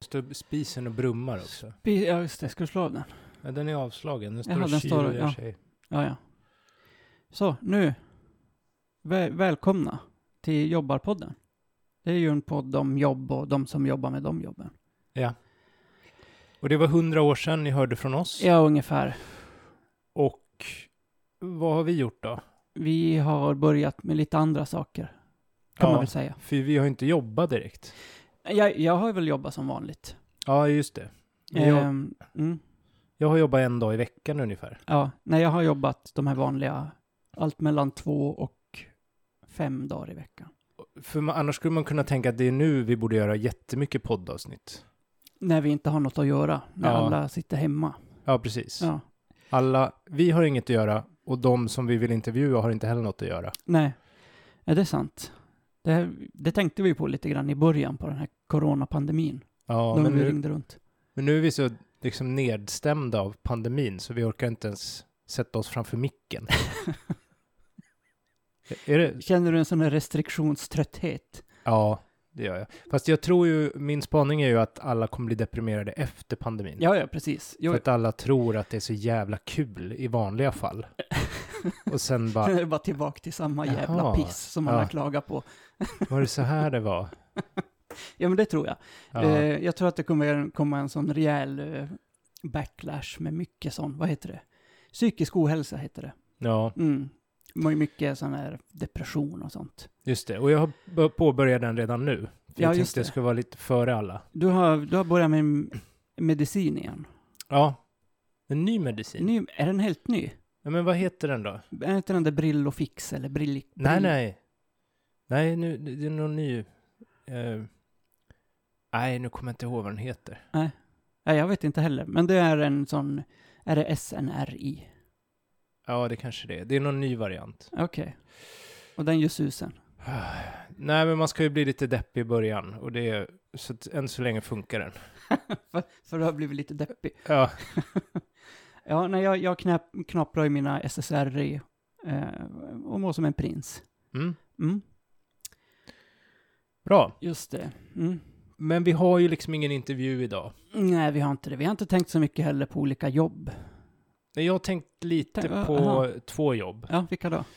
står spisen och brummar också. Bi- Ja, just det. Ska du slå av den? Ja, den är avslagen. Den står Jaha, och den står- tjurar ja. sig. Ja, ja. Så, nu. Väl välkomna till Jobbarpodden. Det är ju en podd om jobb och de som jobbar med de jobben. Och det var hundra år sedan ni hörde från oss. Ja, ungefär. Och vad har vi gjort då? Vi har börjat med lite andra saker, kan Ja. man väl säga. För vi har ju inte jobbat direkt. Jag, jag har väl jobbat som vanligt. Ja, just det. Men Jag, Ehm, mm, jag har jobbat en dag i veckan ungefär. ja, nej, jag har jobbat de här vanliga, allt mellan två och fem dagar i veckan. För man, annars skulle man kunna tänka att det är nu vi borde göra jättemycket poddavsnitt. När vi inte har något att göra, när Ja. alla sitter hemma. Ja, precis. Ja. Alla, vi har inget att göra och de som vi vill intervjua har inte heller något att göra. Nej, är det är sant? Det, här, det tänkte vi på lite grann i början på den här coronapandemin. Ja, när men vi nu, ringde runt. men nu är vi så liksom nedstämda av pandemin så vi orkar inte ens sätta oss framför micken. är det? Känner du en sån här restriktionströtthet? Ja, det gör jag. Fast jag tror ju, min spaning är ju att alla kommer bli deprimerade efter pandemin. Ja, ja, precis. Jo, För att alla tror att det är så jävla kul i vanliga fall. Och sen bara, det är bara tillbaka till samma jävla Jaha. piss som alla Ja. klagar på. var det så här det var? Ja, men det tror jag. Ja, Eh, jag tror att det kommer komma en sån rejäl eh, backlash med mycket sån, vad heter det? Psykisk ohälsa heter det. ja Mm. Med Mycket sån här depression och sånt. just det. Och jag har bör- påbörjat den redan nu. För Ja, jag just tänkte det. jag skulle vara lite före alla. Du har, du har börjat med medicin igen. Ja. En ny medicin. Ny, är den helt ny? Ja, men vad heter den då? Är inte den där Brill och Fix eller Brill... Nej, Brill- nej. Nej, nu, det det är någon ny. eh, nej, nu kommer jag inte ihåg vad den heter. Nej, jag vet inte heller. Men det är en sån... Är det SNRI? Ja, det kanske det är. Det är någon ny variant. Okej. Och den gör susen. Nej, men man ska ju bli lite deppig i början. Och det är, så att än så länge funkar den. För, för det har blivit lite deppig. Ja, Ja, nej, jag, jag knäpp, knapprar i mina SSRI eh, och mår som en prins. mm, Mm, bra. just det. Mm. Men vi har ju liksom ingen intervju idag. Nej, vi har inte det. Vi har inte tänkt så mycket heller på olika jobb. Nej, Jag har tänkt lite Tänk- på aha. två jobb. Ja, vilka då?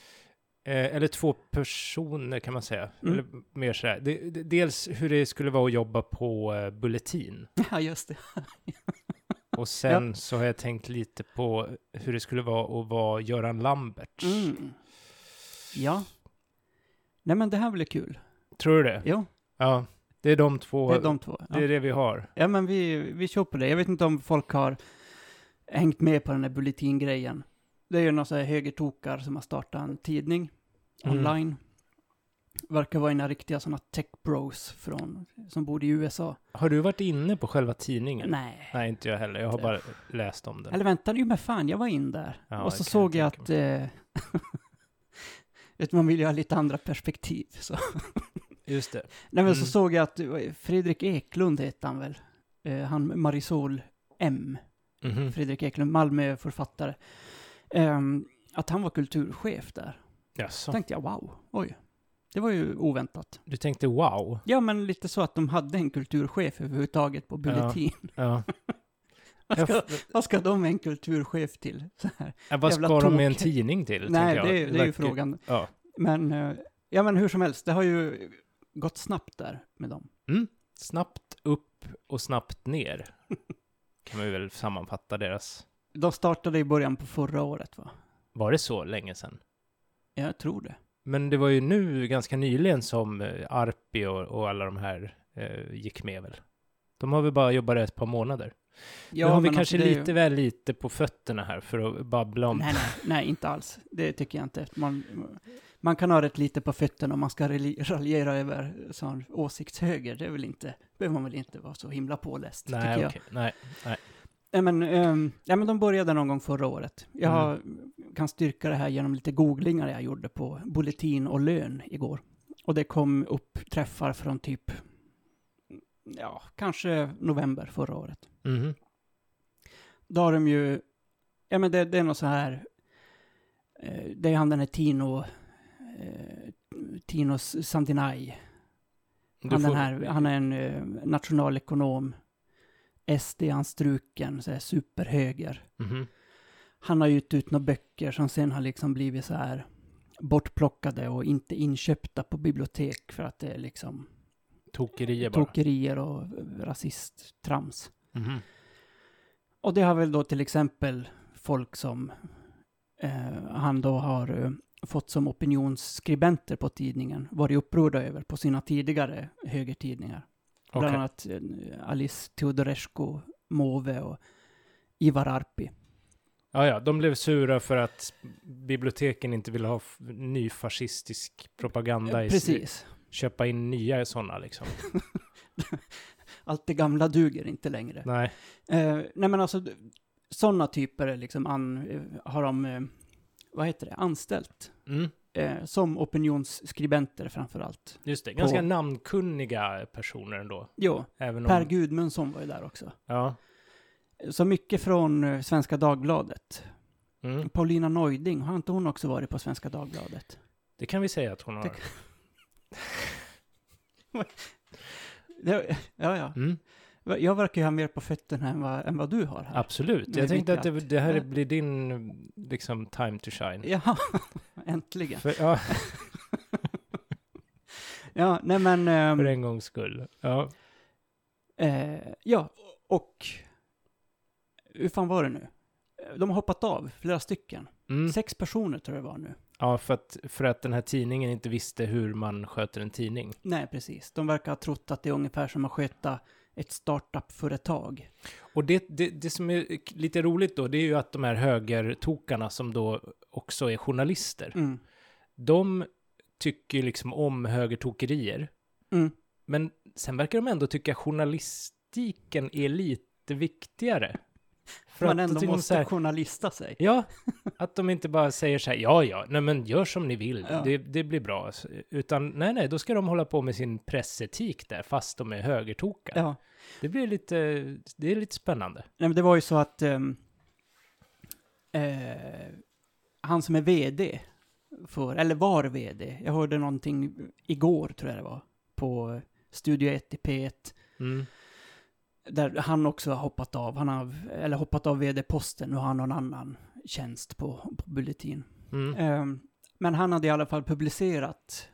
Eh, eller två personer kan man säga. Mm. Eller mer sådär. Det- det- Dels hur det skulle vara att jobba på eh, Bulletin. Ja, just det. Och sen så har jag tänkt lite på hur det skulle vara att vara Göran Lambert. Mm. Ja. Nej, men det här blir kul. Tror du det? Jo, Ja. Det är de två. det är de två. Ja. det är det vi har. Ja, men vi, vi kör på det. Jag vet inte om folk har hängt med på den här bulletingrejen. Det är ju några så här högertokar som har startat en tidning Mm. online. Verkar vara några riktiga sådana tech bros från, som bor i USA. Har du varit inne på själva tidningen? Nej. Nej, inte jag heller. Jag har bara läst om den. Eller vänta nu, men fan, jag var in där. Ja, och det så kan jag såg jag att... Eh, vet, man vill ju ha lite andra perspektiv. Så. Just det. Nej, men så Mm. såg jag att eh, Fredrik Eklund heter han väl? Eh, han Marisol M. Mhm. Fredrik Eklund, Malmöförfattare. Ehm, att han var kulturchef där. Då Jaså. tänkte jag, wow, oj. Det var ju oväntat. Du tänkte wow. Ja, men lite så att de hade en kulturchef överhuvudtaget på Bulletin. Ja. vad, Jag ska, f- vad ska de med en kulturchef till? Så här. Ja, vad Jävla ska de med en tok. tidning till? Nej, tänker det, jag. är- det är ju verkar- frågan. Ja. Men, eh, ja, men hur som helst, det har ju gått snabbt där med dem. Snabbt upp och snabbt ner. kan man ju väl sammanfatta deras... De startade i början på förra året, va? Var det så länge sedan? Ja, jag tror det. Men det var ju nu ganska nyligen som eh, Arpi och, och alla de här eh, gick med väl? De har väl bara jobbat ett par månader? Ja, nu har vi men kanske alltså, det är ju- lite väl lite på fötterna här för att babbla om... Nej, nej, nej, inte alls. Det tycker jag inte. Man, man kan ha rätt lite på fötterna om man ska reli- raljera över sån åsiktshöger. Det är väl inte, behöver man väl inte vara så himla påläst, tycker nej, jag. okej, nej. Nej, men, ehm, nej, men de började någon gång förra året. Jag har- Mm. kan styrka det här genom lite googlingar jag gjorde på bulletin och lön igår. Och det kom upp träffar från typ, ja, kanske november förra året. Mhm. Då har de ju, ja men det, det är något så här, eh, det är han den här Tino, eh, Tino Santinai. Du Han, får- den här, han är en eh, nationalekonom SD-anstruken, så här superhöger. Mhm. Han har gett ut några böcker som sen har liksom blivit så här bortplockade och inte inköpta på bibliotek för att det är liksom Tokerier bara. tokerier och eh, rasisttrams. Mhm. Och det har väl då till exempel folk som eh, han då har eh, fått som opinionsskribenter på tidningen varit upprörda över på sina tidigare högertidningar. Okej. Bland annat eh, Alice Teodorescu Måwe och Ivar Arpi. Ja, ja, de blev sura för att biblioteken inte ville ha f- ny fascistisk propaganda Mm, i Precis. köpa in nya sådana liksom. Allt det gamla duger inte längre. Nej, Eh, nej men alltså, sådana typer är liksom an, eh, har de, eh, vad heter det, anställt. mm, Eh, som opinionsskribenter framför allt. just det. Ganska På- namnkunniga personer ändå. Jo, Även Per om... Gudmundsson var ju där också. Ja. Så mycket från eh, Svenska Dagbladet. Mm. Paulina Neuding, har inte hon också varit på Svenska Dagbladet? Det kan vi säga att hon har. Det- Det, ja, ja. Mm. Va- Jag verkar ju ha mer på fötterna än vad, än vad du har här. Absolut. Nej, Jag tänkte att det, mitt i det här allt. blir din liksom time to shine. Ja, äntligen. För, ja, Ja, nej men... ehm, för en gångs skull. Ja. Eh, ja, och... Hur fan var det nu? Eh, De har hoppat av, flera stycken. Mm. Sex personer tror jag det var nu. Ja, för att, för att den här tidningen inte visste hur man sköter en tidning. Nej, precis. De verkar ha trott att det är ungefär som att sköta ett startup-företag. Och det, det, det som är lite roligt då, det är ju att de här högertokarna som då också är journalister, Mm. de tycker ju liksom om högertokerier, Mm. men sen verkar de ändå tycka journalistiken är lite viktigare. För Man att då ändå tycker de måste så här, journalista sig. Ja, att de inte bara säger så här, ja, ja, nej men gör som ni vill, Ja. det, det blir bra. Utan nej, nej, då ska de hålla på med sin pressetik där, fast de är högertokar. Ja. Det blir lite, det är lite spännande. Nej, men det var ju så att ehm, eh, han som är vd för, eller var vd, jag hörde någonting igår tror jag det var, på Studio 1 i P1, Mm. där han också har hoppat av, han har, eller hoppat av vd-posten, nu har han någon annan tjänst på, på Bulletin. Mm. Ehm, men han hade i alla fall publicerat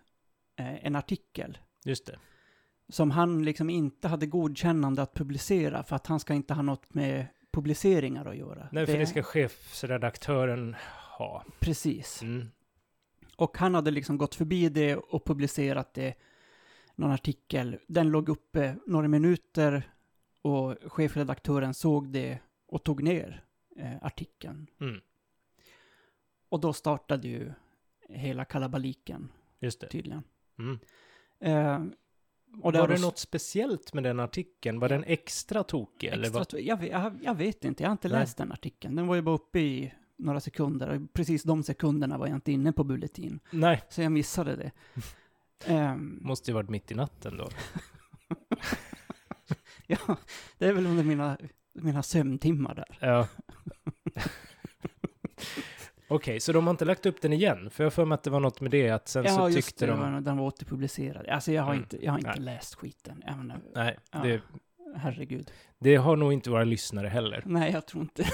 eh, en artikel Just det. som han liksom inte hade godkännande att publicera för att han ska inte ha något med publiceringar att göra. Nej, för det ska chefsredaktören ha. Precis. Mm. Och han hade liksom gått förbi det och publicerat det, någon artikel. Den låg uppe några minuter och chefredaktören såg det och tog ner eh, artikeln. Mm. Och då startade ju hela kalabaliken Just det. tydligen. Mm. Eh, och var där det och- något speciellt med den artikeln? Var den extra tokig? eller extra, vad? vad? Jag, vet- jag, jag vet inte, jag har inte Nej. läst den artikeln. Den var ju bara uppe i några sekunder och precis de sekunderna var jag inte inne på Bulletin. Nej, Så jag missade det. Ehm, måste ju varit mitt i natten då. ja, det är väl under mina, mina sömntimmar där. Ja. Okej, så de har inte lagt upp den igen? För jag har för mig att det var något med det, att sen så just tyckte det, de... var- den var återpublicerad. Alltså jag har Mm. inte, jag har inte Nej. läst skiten. Jag menar, Nej, Ja. det, herregud. det har nog inte våra lyssnare heller. Nej, jag tror inte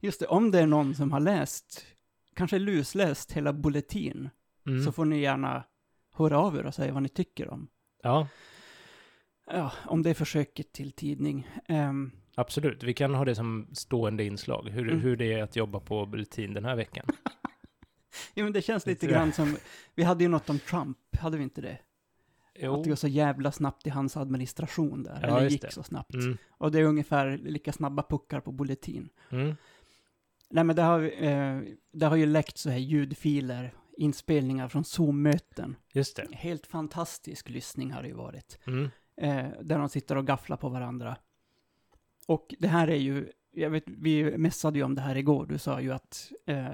Just det, om det är någon som har läst, kanske lusläst hela Bulletin, Mm. så får ni gärna höra av er och säga vad ni tycker om. Ja, Ja, om det är försöket till tidning. Ehm, absolut. Vi kan ha det som stående inslag, hur, Mm. hur det är att jobba på Bulletin den här veckan. ja, men det känns lite Lite- grann som, vi hade ju något om Trump, hade vi inte det? Att det Jo. går så jävla snabbt i hans administration där, Ja, eller just gick det. så snabbt. Mm. Och det är ungefär lika snabba puckar på Bulletin. Mm. Nej men det har, eh, det har ju läckt så här ljudfiler, inspelningar från Zoom-möten. Just det. Helt fantastisk lyssning har det ju varit. Mm. Eh, där de sitter och gafflar på varandra. Och det här är ju, jag vet, vi messade ju om det här igår, du sa ju att eh,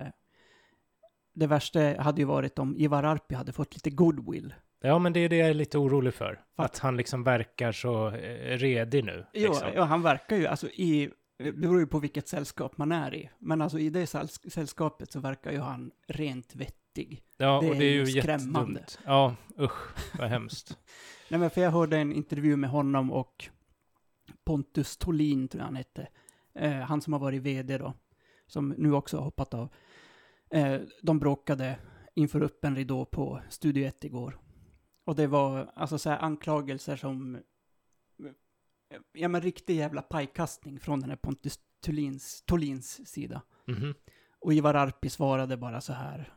det värsta hade ju varit om Ivar Arpi hade fått lite goodwill. Ja, men det är det jag är lite orolig för. Fast- Att han liksom verkar så eh, redig nu. Jo, liksom. ja, han verkar ju, alltså i, det beror ju på vilket sällskap man är i, men alltså i det säll- sällskapet så verkar ju han rent vettig. ja det och är det är ju ju skrämmande. jättedumt. Ja, usch, vad hemskt. Nej men för jag hörde en intervju med honom och Pontus Tolin tror jag han hette. Eh, han som har varit vd då, som nu också har hoppat av. Eh, de bråkade inför öppen ridå på Studio 1 igår. Och det var alltså så här anklagelser som, ja men riktig jävla pajkastning från den här Pontus Tolins, Tolins sida. Mhm. Och Ivar Arpi svarade bara så här,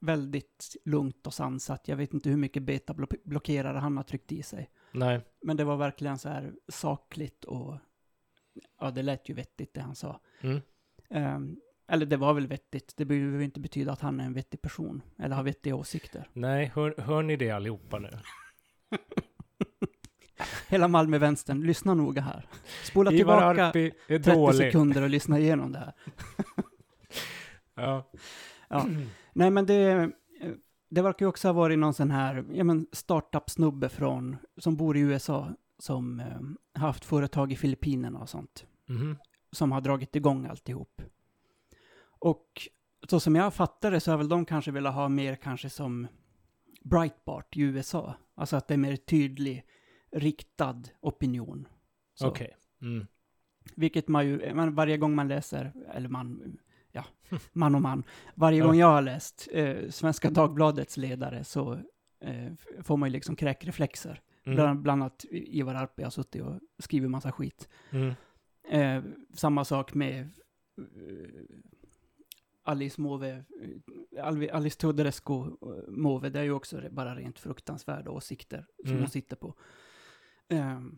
väldigt lugnt och sansat. Jag vet inte hur mycket betablockerare han har tryckt i sig. Nej. Men det var verkligen så här sakligt och ja, det lät ju vettigt det han sa. Mm. Ehm, eller det var väl vettigt, det behöver ju inte betyda att han är en vettig person eller har vettiga åsikter. Nej, hör, hör ni det allihopa nu? Hela Malmövänstern, lyssna noga här. Spola Ivar tillbaka Arpi är 30 dålig. sekunder och lyssna igenom det här. Ja. Ja. Nej, men det, det verkar ju också ha varit någon sån här ja, men startup-snubbe från, som bor i USA, som eh, har haft företag i Filippinerna och sånt, Mhm. som har dragit igång alltihop. Och så som jag fattar det så har väl de kanske velat ha mer kanske som Breitbart i USA, alltså att det är mer tydlig, riktad opinion. Så. Okej. Mm. Vilket man ju, man, varje gång man läser, eller man, ja, man och man, varje Ja. gång jag har läst eh, Svenska Dagbladets ledare så eh, f- får man ju liksom kräkreflexer. Mm. Bland, bland annat Ivar Arpi har suttit och skrivit massa skit. Mm. Eh, samma sak med eh, Alice Måwe, eh, Alvi- Alice Tudrescu eh, Måwe, det är ju också re- bara rent fruktansvärda åsikter som Mm. hon sitter på. Ehm,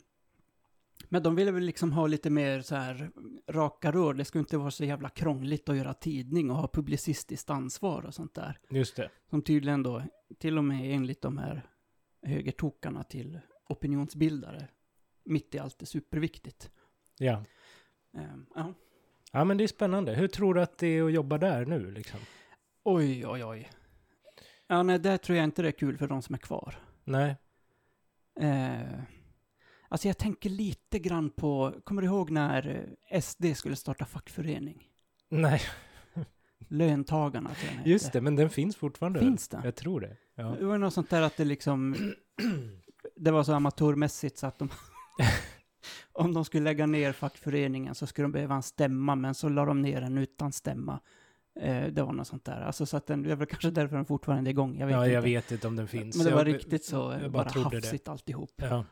men de ville väl liksom ha lite mer så här eh, raka rör, det skulle inte vara så jävla krångligt att göra tidning och ha publicistiskt ansvar och sånt där. Just det. Som tydligen då, till och med enligt de här högertokarna till opinionsbildare, mitt i allt är superviktigt. Ja. Ehm, ja. Ja, men det är spännande. Hur tror du att det är att jobba där nu liksom? Oj, oj, oj. Ja, nej, där tror jag inte det är kul för de som är kvar. Nej. Eh, alltså jag tänker lite grann på, kommer du ihåg när eh, SD skulle starta fackförening? Nej, Löntagarna tror jag den just hette. det. Men den finns fortfarande. Finns den? Jag tror det. Ja. Det var ju något sånt där att det liksom, det var så amatörmässigt så att de, om de skulle lägga ner fackföreningen så skulle de behöva en stämma, men så la de ner den utan stämma. Eh, det var något sånt där. Alltså så att den, det är väl kanske därför den fortfarande är igång. Jag vet ja, inte. jag vet inte om den finns. Men det var Jag- riktigt så, jag bara bara, trodde det. hafsigt alltihop. Ja.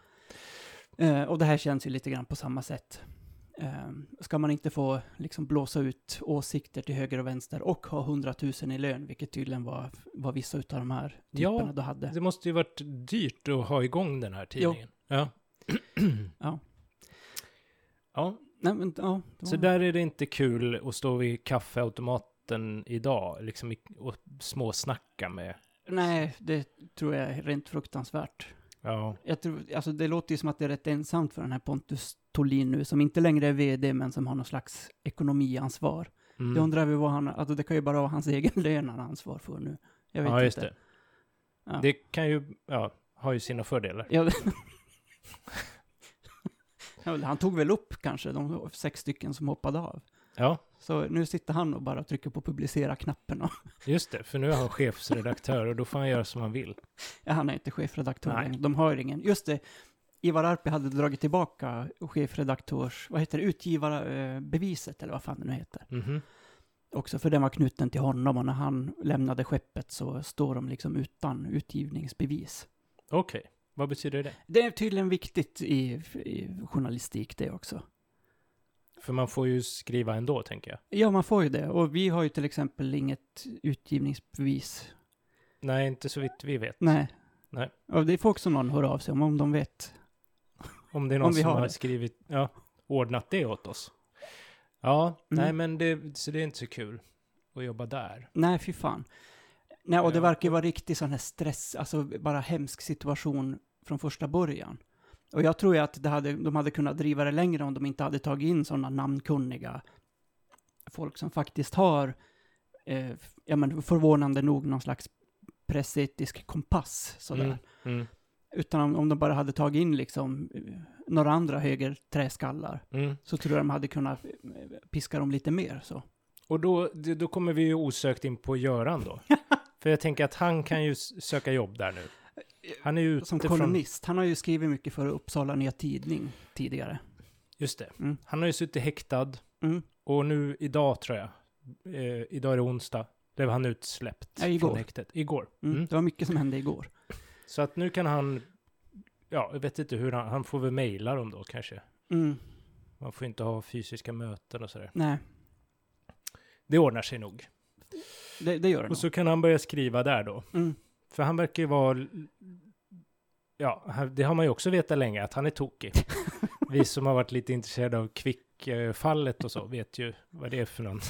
Eh, och det här känns ju lite grann på samma sätt. Eh, ska man inte få liksom blåsa ut åsikter till höger och vänster och ha 100 000 i lön, vilket tydligen var vad vissa utav de här Ja, typerna då hade. Det måste ju varit dyrt att ha igång den här tidningen. Ja. Ja. Ja, Nej, men, ja, det så var- där är det inte kul att stå vid kaffeautomaten idag liksom i- och småsnacka med. Nej, det tror jag är rent fruktansvärt. Ja, Jag tror, alltså det låter ju som att det är rätt ensamt för den här Pontus Tolin nu, som inte längre är vd, men som har någon slags ekonomiansvar. mm. Jag undrar vi vad han, alltså det kan ju bara vara hans egen lön han har ansvar för nu. Jag vet ja just inte. det. Ja. Det kan ju, ja, har ju sina fördelar. Ja. Ja, men han tog väl upp kanske de sex stycken som hoppade av. Ja, Så nu sitter han och bara trycker på publicera-knappen. Och, just det, för nu är han chefsredaktör och då får han göra som han vill. ja, han är inte chefredaktör Nej. längre. De har ingen. Just det, Ivar Arpi hade dragit tillbaka chefredaktörs... Vad heter det? Utgivarbeviset, eller vad fan det nu heter. Mhm. Också för den var knuten till honom och när han lämnade skeppet så står de liksom utan utgivningsbevis. Okej, vad betyder det? Det är tydligen viktigt i, i journalistik det också. För man får ju skriva ändå, tänker jag. Ja, man får ju det. Och vi har ju till exempel inget utgivningsbevis. Nej, inte så vitt vi vet. Nej. Nej. Och det får också någon höra av sig om, om de vet. Om det är någon vi som har har det. skrivit, ja, ordnat det åt oss. Ja, nej Mm. men det, så det är inte så kul att jobba där. Nej, fy fan. Nej, och det Ja. verkar ju vara riktigt sån här stress, alltså bara hemsk situation från första början. Och jag tror ju att det hade, de hade kunnat driva det längre om de inte hade tagit in sådana namnkunniga folk som faktiskt har, eh, ja men förvånande nog, någon slags pressetisk kompass sådär. Mm, mm, Utan om, om de bara hade tagit in liksom eh, några andra höger träskallar mm. så tror jag de hade kunnat eh, piska dem lite mer så. Och då, det- då kommer vi ju osökt in på Göran då. För jag tänker att han kan ju s- söka jobb där nu. Han är ju ute Som från... kolumnist, han har ju skrivit mycket för Uppsala Nya Tidning tidigare. Just det. Mm. Han har ju suttit häktad Mm. och nu idag tror jag, eh, idag är det onsdag, blev han utsläppt Ja, igår. från häktet. Igår. Mm. Mm. Det var mycket som hände igår. Så att nu kan han, ja, jag vet inte hur han, han får väl mejla dem då kanske. Mm. Man får inte ha fysiska möten och sådär. Nej, Det ordnar sig nog. det, det gör det Och nog. så kan han börja skriva där då. Mm. För han verkar ju vara... Ja, han- det har man ju också vetat länge, att han är tokig. Vi som har varit lite intresserade av Kvick-fallet och så vet ju vad det är för någon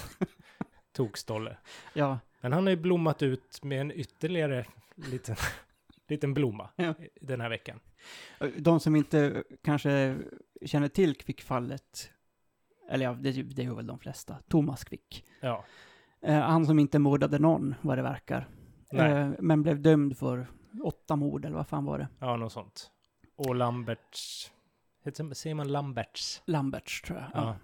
tokstolle. Ja, Men han har ju blommat ut med en ytterligare liten, liten blomma Ja. i- den här veckan. de som inte eh, kanske känner till Quick-fallet, eller ja, det, det gör väl de flesta, Thomas Quick. Ja, Eh, han som inte mördade någon, vad det verkar. Nej. Eh, men blev dömd för åtta mord, eller vad fan var det? ja något sånt. Och Lamberts... heter- Säger man Lamberts? Lamberts, tror jag. Ja.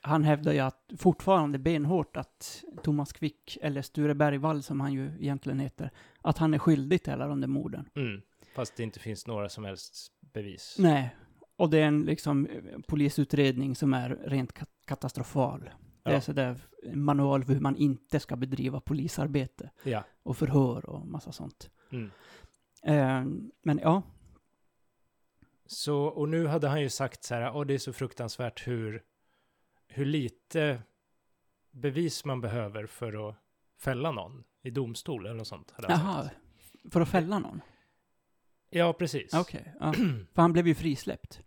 Han hävdar ju att fortfarande benhårt att Thomas Quick, eller Sture Bergvall som han ju egentligen heter, att han är skyldig till alla de där morden. Mm. Fast det inte finns några som helst bevis. Nej, och det är en liksom, eh, polisutredning som är rent ka- katastrofal. Det är Ja. sådär en manual för hur man inte ska bedriva polisarbete Ja. och förhör och massa sånt. Mm. Eh, men ja, Så, och nu hade han ju sagt så här, åh det är så fruktansvärt hur, hur lite bevis man behöver för att fälla någon i domstol eller något sånt. Hade han jaha, sagt. för att fälla någon? Ja, precis. Okej, ja. för han blev ju frisläppt.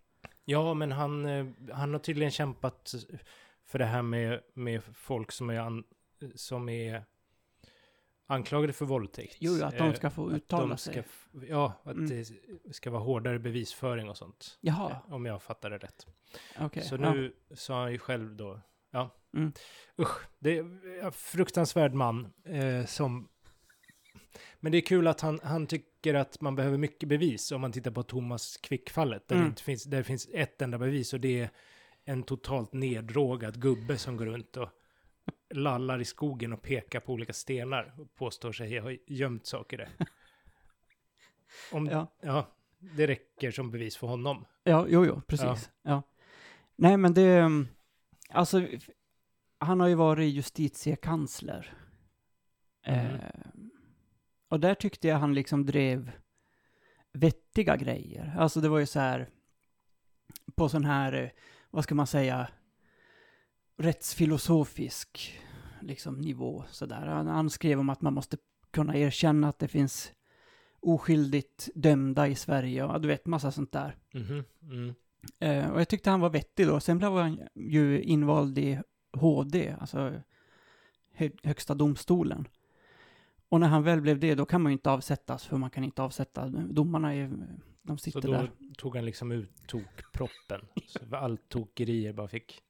Ja, men han, eh, han har tydligen kämpat för det här med, med folk som är, an, som är anklagade för våldtäkt. Jo, att de Eh, ska få att de uttala ska sig. f- Ja, att Mm. det ska vara hårdare bevisföring och sånt. Jaha, eh, Om jag fattar det rätt. okej. Så ja. nu sa han ju själv då, ja. Mm. Usch, det är en fruktansvärd man eh, som... Men det är kul att han, han tycker att man behöver mycket bevis om man tittar på Thomas Quick-fallet. Där, det Mm. inte finns, där det finns ett enda bevis och det är en totalt neddrogad gubbe som går runt och lallar i skogen och pekar på olika stenar och påstår sig ha gömt saker där. Om, ja. Ja. det räcker som bevis för honom. Ja, jo, jo, precis. Ja. Nej, men det... mm, Alltså, f- han har ju varit justitiekansler. Mhm. Eh, och där tyckte jag han liksom drev vettiga grejer. Alltså det var ju så här, på sån här, eh, vad ska man säga, rättsfilosofisk liksom, nivå. Så där. Han, han skrev om att man måste kunna erkänna att det finns oskyldigt dömda i Sverige och ja, du vet, massa sånt där. Mhm, Mm. Eh, och jag tyckte han var vettig då. Sen blev han ju invald i HD, alltså hö högsta domstolen. Och när han väl blev det, då kan man ju inte avsättas, för man kan inte avsätta domarna. Är, de Så sitter då där. tog han liksom ut tokproppen. Så allt tokerier bara fick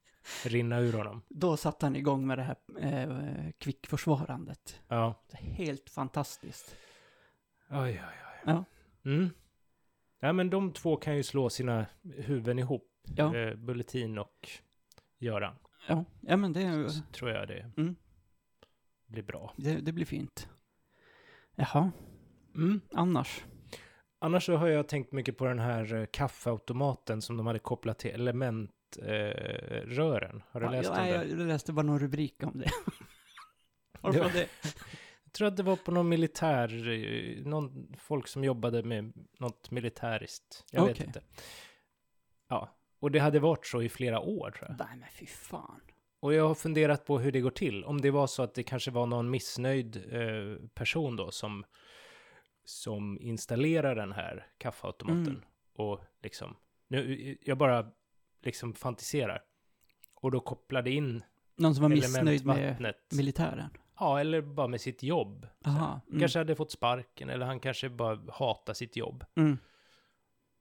rinna ur honom. Då satte han igång med det här eh, kvickförsvarandet. Ja. Helt fantastiskt. Oj, oj, oj. Ja. Mm. Ja, men de två kan ju slå sina huvuden ihop. Ja. Eh, Bulletin och Göran. Ja, ja men det, Så tror jag det Mm. blir bra. det, det blir fint. Jaha, Mm. annars? Annars så har jag tänkt mycket på den här eh, kaffeautomaten som de hade kopplat till elementrören. Eh, rören. har du läst ja, om det? nej, jag läste bara någon rubrik om det. Varför Det- det? Jag tror att det var på någon militär, eh, någon folk som jobbade med något militäriskt. Jag vet Okej. inte. Ja, och det hade varit så i flera år tror jag. Nej men fy fan. Och jag har funderat på hur det går till. Om det var så att det kanske var någon missnöjd eh, person då som, som installerar den här kaffeautomaten. Mm. Och liksom, nu, jag bara liksom fantiserar. Och då kopplade in Någon som var missnöjd med elementvattnet. militären? Ja, eller bara med sitt jobb. Aha. Mm. kanske hade fått sparken eller han kanske bara hatar sitt jobb. Mm.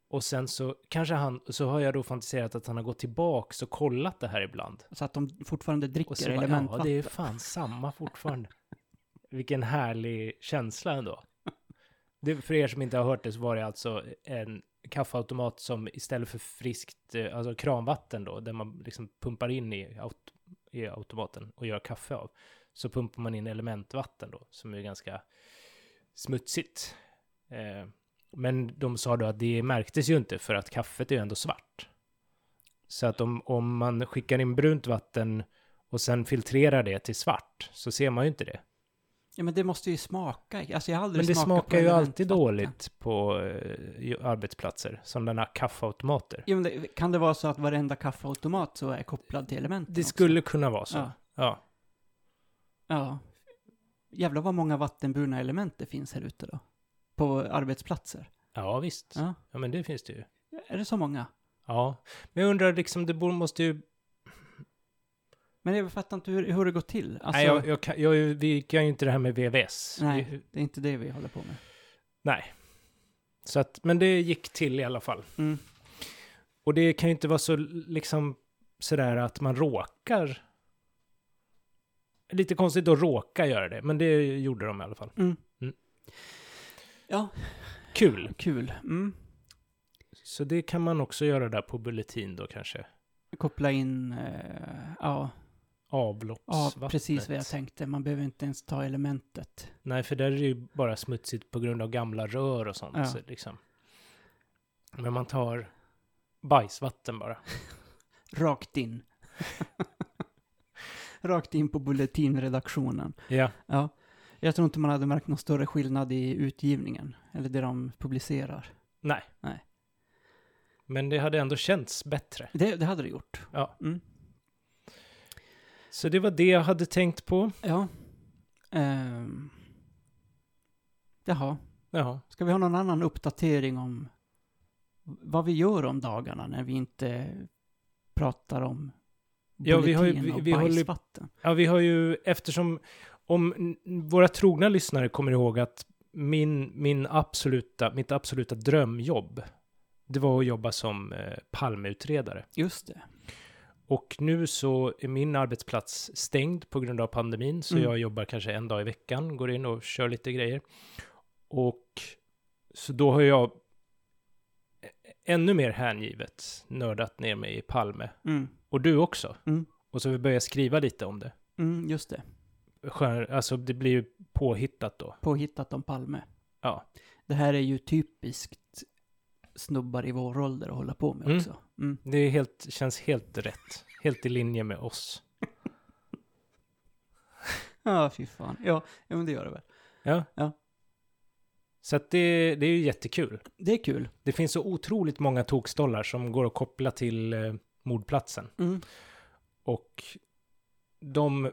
Och sen så kanske han, så har jag då fantiserat att han har gått tillbaks och kollat det här ibland. Så att de fortfarande dricker Och så bara, ja, elementvatten? det är ju fan samma fortfarande. Vilken härlig känsla ändå. Det, för er som inte har hört det så var det alltså en kaffeautomat som istället för friskt, eh, alltså kranvatten då, där man liksom pumpar in i, aut- i automaten och gör kaffe av, så pumpar man in elementvatten då, som är ganska smutsigt. Eh, men de sa då att det märktes ju inte för att kaffet är ju ändå svart. Så att om, om man skickar in brunt vatten och sen filtrerar det till svart så ser man ju inte det. Ja, men det måste ju smaka. Alltså, jag har aldrig Men det smakat på smakar ju alltid elementvatten. dåligt på eh, ju- arbetsplatser, som den här kaffeautomater. Ja, men det, kan det vara så att varenda kaffeautomat så är kopplad till elementen? Det också? skulle kunna vara så. Ja. Ja. ja. Jävlar vad många vattenburna element det finns här ute då. På arbetsplatser. Ja, visst. Ja. Ja. men det finns det ju. Är det så många? Ja. Men jag undrar liksom, det borde- måste ju... Men jag fattar inte hur, hur det går till. Alltså, Nej, jag, jag, kan- jag, vi kan ju inte det här med VVS. Nej. Vi- det är inte det vi håller på med. nej. Så att, men det gick till i alla fall. Mm. Och det kan ju inte vara så liksom sådär att man råkar... Lite konstigt att råka göra det, men det gjorde de i alla fall. Mm. Mm. Ja, Kul! kul. Mm. Så det kan man också göra där på Bulletin då kanske. Koppla in, eh, ja, ja Avloppsvattnet. precis vad jag tänkte. Man behöver inte ens ta elementet. Nej, för där är det ju bara smutsigt på grund av gamla rör och sånt. Ja. Så liksom. Men man tar bajsvatten bara. Rakt in. Rakt in på bulletinredaktionen. Ja, Ja. Jag tror inte man hade märkt någon större skillnad i utgivningen. Eller det de publicerar. nej. Nej. Men det hade ändå känts bättre. Det, det hade det gjort. Ja. Mm. Så det var det jag hade tänkt på. Ja. Um. Jaha. Ja, Ska vi ha någon annan uppdatering om vad vi gör om dagarna när vi inte pratar om Ja, bulletin vi har ju- vi- och vi håller ju- bajsvatten? ja vi har ju eftersom om n- våra trogna lyssnare kommer ihåg att min, min absoluta, mitt absoluta drömjobb, det var att jobba som eh, palmutredare. Just det. Och nu så är min arbetsplats stängd på grund av pandemin, så Mm. jag jobbar kanske en dag i veckan, går in och kör lite grejer. Och så då har jag ä- ännu mer hängivet nördat ner mig i Palme. Mm. Och du också. Mm. Och så har vi börjat skriva lite om det. Mm, just det. Skön, alltså det blir ju påhittat då. Påhittat om Palme. Ja. Det här är ju typiskt snubbar i vår ålder att hålla på med Mm. också. Mm. Det är helt, känns helt rätt. Helt i linje med oss. Ja, fy fan. Ja, ja, men det gör det väl. Ja. Ja. Så att det, det är ju jättekul. Det är kul. Det finns så otroligt många tokstollar som går att koppla till eh, mordplatsen. Mm. Och de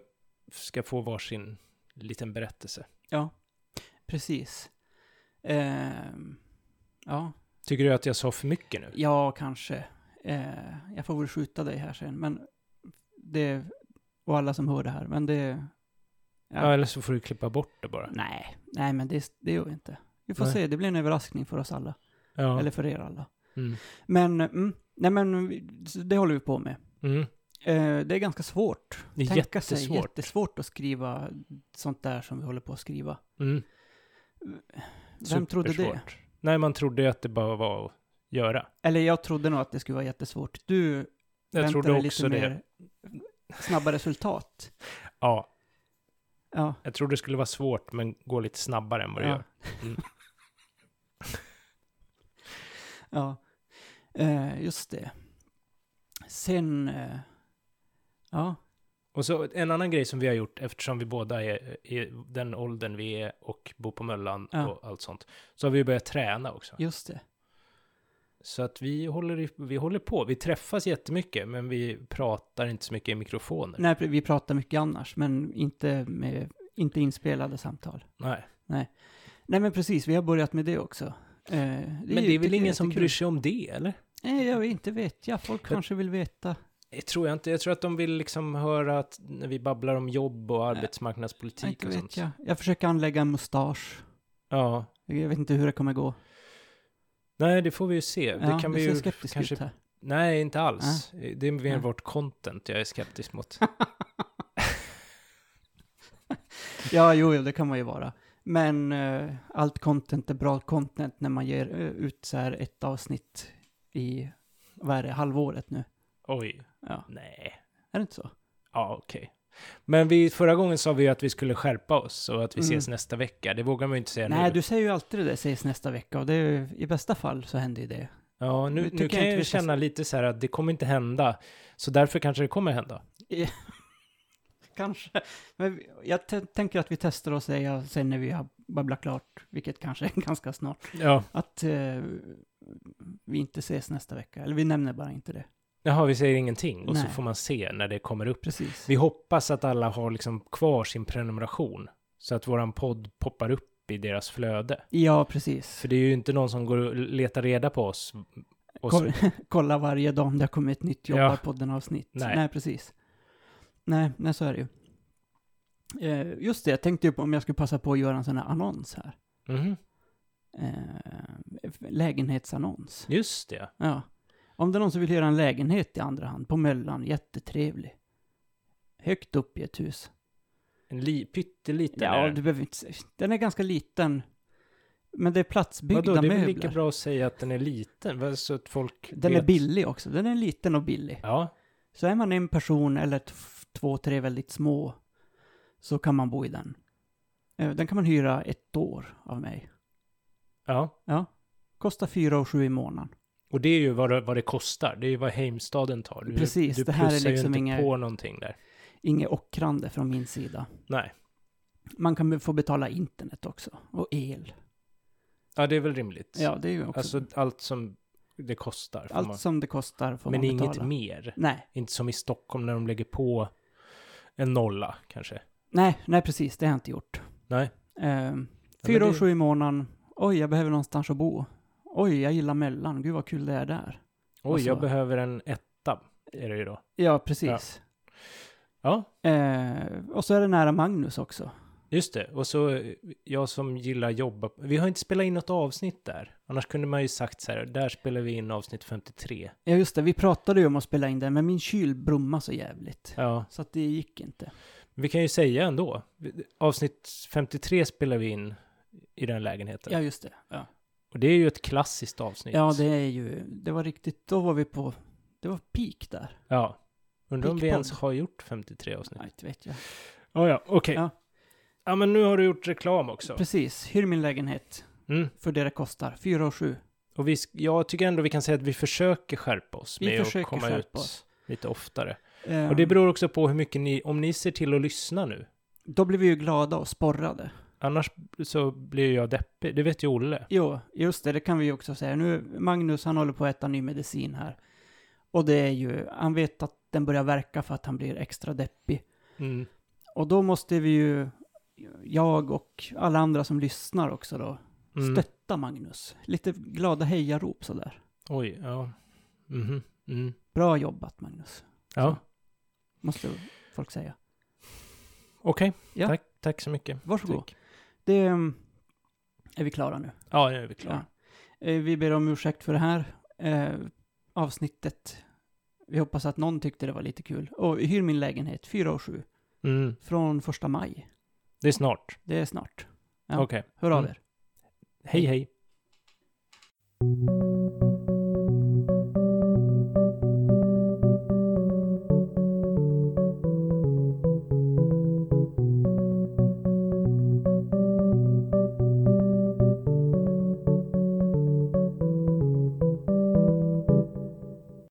ska få varsin liten berättelse. Precis. Ehm, ja. Tycker du att jag sa för mycket nu? ja, kanske. Eh, jag får väl skjuta dig här sen, men det... Och alla som hör det här, men det... Ja. eller så får du klippa bort det bara. Nej, nej men det, det gör vi inte. Vi får Nej. se, det blir en överraskning för oss alla. Ja. Eller för er alla. Mm. Men, mm, nej men, vi- så det håller vi på med. Mm. Eh, det är ganska svårt. Det är Tänka sig jättesvårt. jättesvårt att skriva sånt där som vi håller på att skriva. Mm. Vem trodde det? Supersvårt. Nej, man trodde ju att det bara var att göra. Eller jag trodde nog att det skulle vara jättesvårt. Du Jag väntade trodde lite också det. mer snabba resultat. Ja, Ja. jag trodde det skulle vara svårt, men gå lite snabbare än vad det ja. gör. Mm. ja. Eh, just det. Sen, eh, ja, Och så en annan grej som vi har gjort, eftersom vi båda är i den åldern vi är och bor på Möllan Ja. och allt sånt, så har vi börjat träna också. just det. Så att vi håller, i- vi håller på, vi träffas jättemycket, men vi pratar inte så mycket i mikrofoner. Nej, vi pratar mycket annars, men inte med inte inspelade samtal. Nej. Nej, men precis, vi har börjat med det också. Eh, det Men det är väl ingen som jättekul. bryr sig om det, eller? Nej, jag vet inte vet jag. Folk Jag- kanske vill veta. Det tror jag inte. Jag tror att de vill liksom höra att när vi babblar om jobb och Nej, arbetsmarknadspolitik inte och sånt. vet jag. Jag försöker anlägga en mustasch. Ja. Jag vet inte hur det kommer gå. Nej, det får vi ju se. ja, det kan du vi ser ju skeptisk kanske- ut här. Nej, inte Ah. alls. Det är mer Nej. vårt content jag är skeptisk mot. Ja, jo, jo, det kan man ju vara. Men eh, allt content är bra content när man ger eh, ut så här ett avsnitt i, vad är det, halvåret nu? Oj. Ja, Nej. är det inte så? Ja, okej. Men vi, förra gången sa vi ju att vi skulle skärpa oss och att vi Mm. ses nästa vecka. Det vågar man ju inte säga Nej, nu. du säger ju alltid det där ses nästa vecka och det är, ju- i bästa fall så händer ju det Ja, nu, Nu nu tycker kan jag jag, inte vi ska känna lite så här att det kommer inte hända, så därför kanske det kommer hända. Kanske. Men vi- jag t- tänker att vi testar och säger sen när vi har babblat klart, vilket kanske är ganska snart, Ja, att eh, vi inte ses nästa vecka. Eller vi nämner bara inte det. jaha, vi säger ingenting och så Nej. får man se när det kommer upp. Precis. Vi hoppas att alla har liksom kvar sin prenumeration så att våran podd poppar upp i deras flöde. Ja, precis. För det är ju inte någon som går och letar reda på oss. Och så, Kolla, kolla varje dag om det har kommit ett nytt Ja. Jobbarpodden-avsnitt. Nej. Nej. precis. Nej, nej, så är det ju. Eh, just det, jag tänkte ju på om jag skulle passa på att göra en sån här annons här. Mhm, Eh, lägenhetsannons. just det. Ja. Om det är någon som vill hyra en lägenhet i andra hand, på Möllan, jättetrevlig. Högt upp i ett hus. En li, pytteliten är Ja, den. du behöver inte se- Den är ganska liten. Men det är platsbyggda Vadå, det är väl möbler. lika bra att säga att den är liten, va, så att folk Den vet. är billig också. Den är liten och billig. Ja, Så är man en person eller t- två, tre väldigt små så kan man bo i den. Eh, Den kan man hyra ett år av mig. ja. Ja. Kostar 4 och 7 i månaden. Och det är ju vad det, vad det kostar, det är ju vad Heimstaden tar. Du, Precis, du det här är plussar liksom ju inte inga- på någonting där. Inget ockrande från min sida. Nej, Man kan be- få betala internet också. Och el. ja det är väl rimligt. Ja, det är ju också. alltså allt som det kostar. Får man. allt som det kostar får Men man inget betala. mer. Nej, Inte som i Stockholm när de lägger på en nolla kanske. nej, nej precis. Det har jag inte gjort. Nej. Ehm, men Fyra och det- sju i månaden. Oj, jag behöver någonstans att bo. Oj, jag gillar Möllan. Gud vad kul det är där. Oj, jag så. behöver en etta, är det ju då. Ja, precis. Ja, Eh, och så är det nära Magnus också. just det. Och så eh, jag som gillar jobba. Vi har inte spelat in något avsnitt där. Annars kunde man ju sagt så här, där spelar vi in avsnitt 53. Ja just det, vi pratade ju om att spela in det, men min kyl brummade så jävligt. Ja, Så att det gick inte. vi kan ju säga ändå. Vi- Avsnitt 53 spelar vi in i den lägenheten. Ja just det. Ja, Och det är ju ett klassiskt avsnitt. ja det är ju, det var riktigt, då var vi på, det var peak där. Ja. Undrar om vi Pickpodd. ens har gjort 53 avsnitt. Nej, inte vet jag. Ja, ja, okej. Ja. Ja. men nu har du gjort reklam också. Precis, hyr min lägenhet Mm. för det det kostar, 4 och 7. Och vi, sk- jag tycker ändå vi kan säga att vi försöker skärpa oss Vi med att försöker komma ut skärpa oss. lite oftare. Eh, Och det beror också på hur mycket ni, om ni ser till att lyssna nu. Då blir vi ju glada och sporrade. Annars så blir jag deppig, det vet ju Olle. Jo, just det, det kan vi ju också säga. Nu, Magnus han håller på att äta ny medicin här. Och det är ju, han vet att den börjar verka för att han blir extra deppig. Mm. Och då måste vi ju, jag och alla andra som lyssnar också då, Mm. stötta Magnus. Lite glada hejarop sådär. Oj, ja. Mhm. Mm. Bra jobbat Magnus, Ja, måste folk säga. okej. Ja. Tack, tack så mycket. Varsågod. Tack. Det mm, är vi klara nu. Ja, nu är vi klara. Eh, Vi ber om ursäkt för det här eh, avsnittet. Vi hoppas att någon tyckte det var lite kul. Och hyr min lägenhet, 4 och 7, Mm. från första maj. Det är snart. Det är snart. Ja. Okej. Hör av Mm. er. Hej, hej.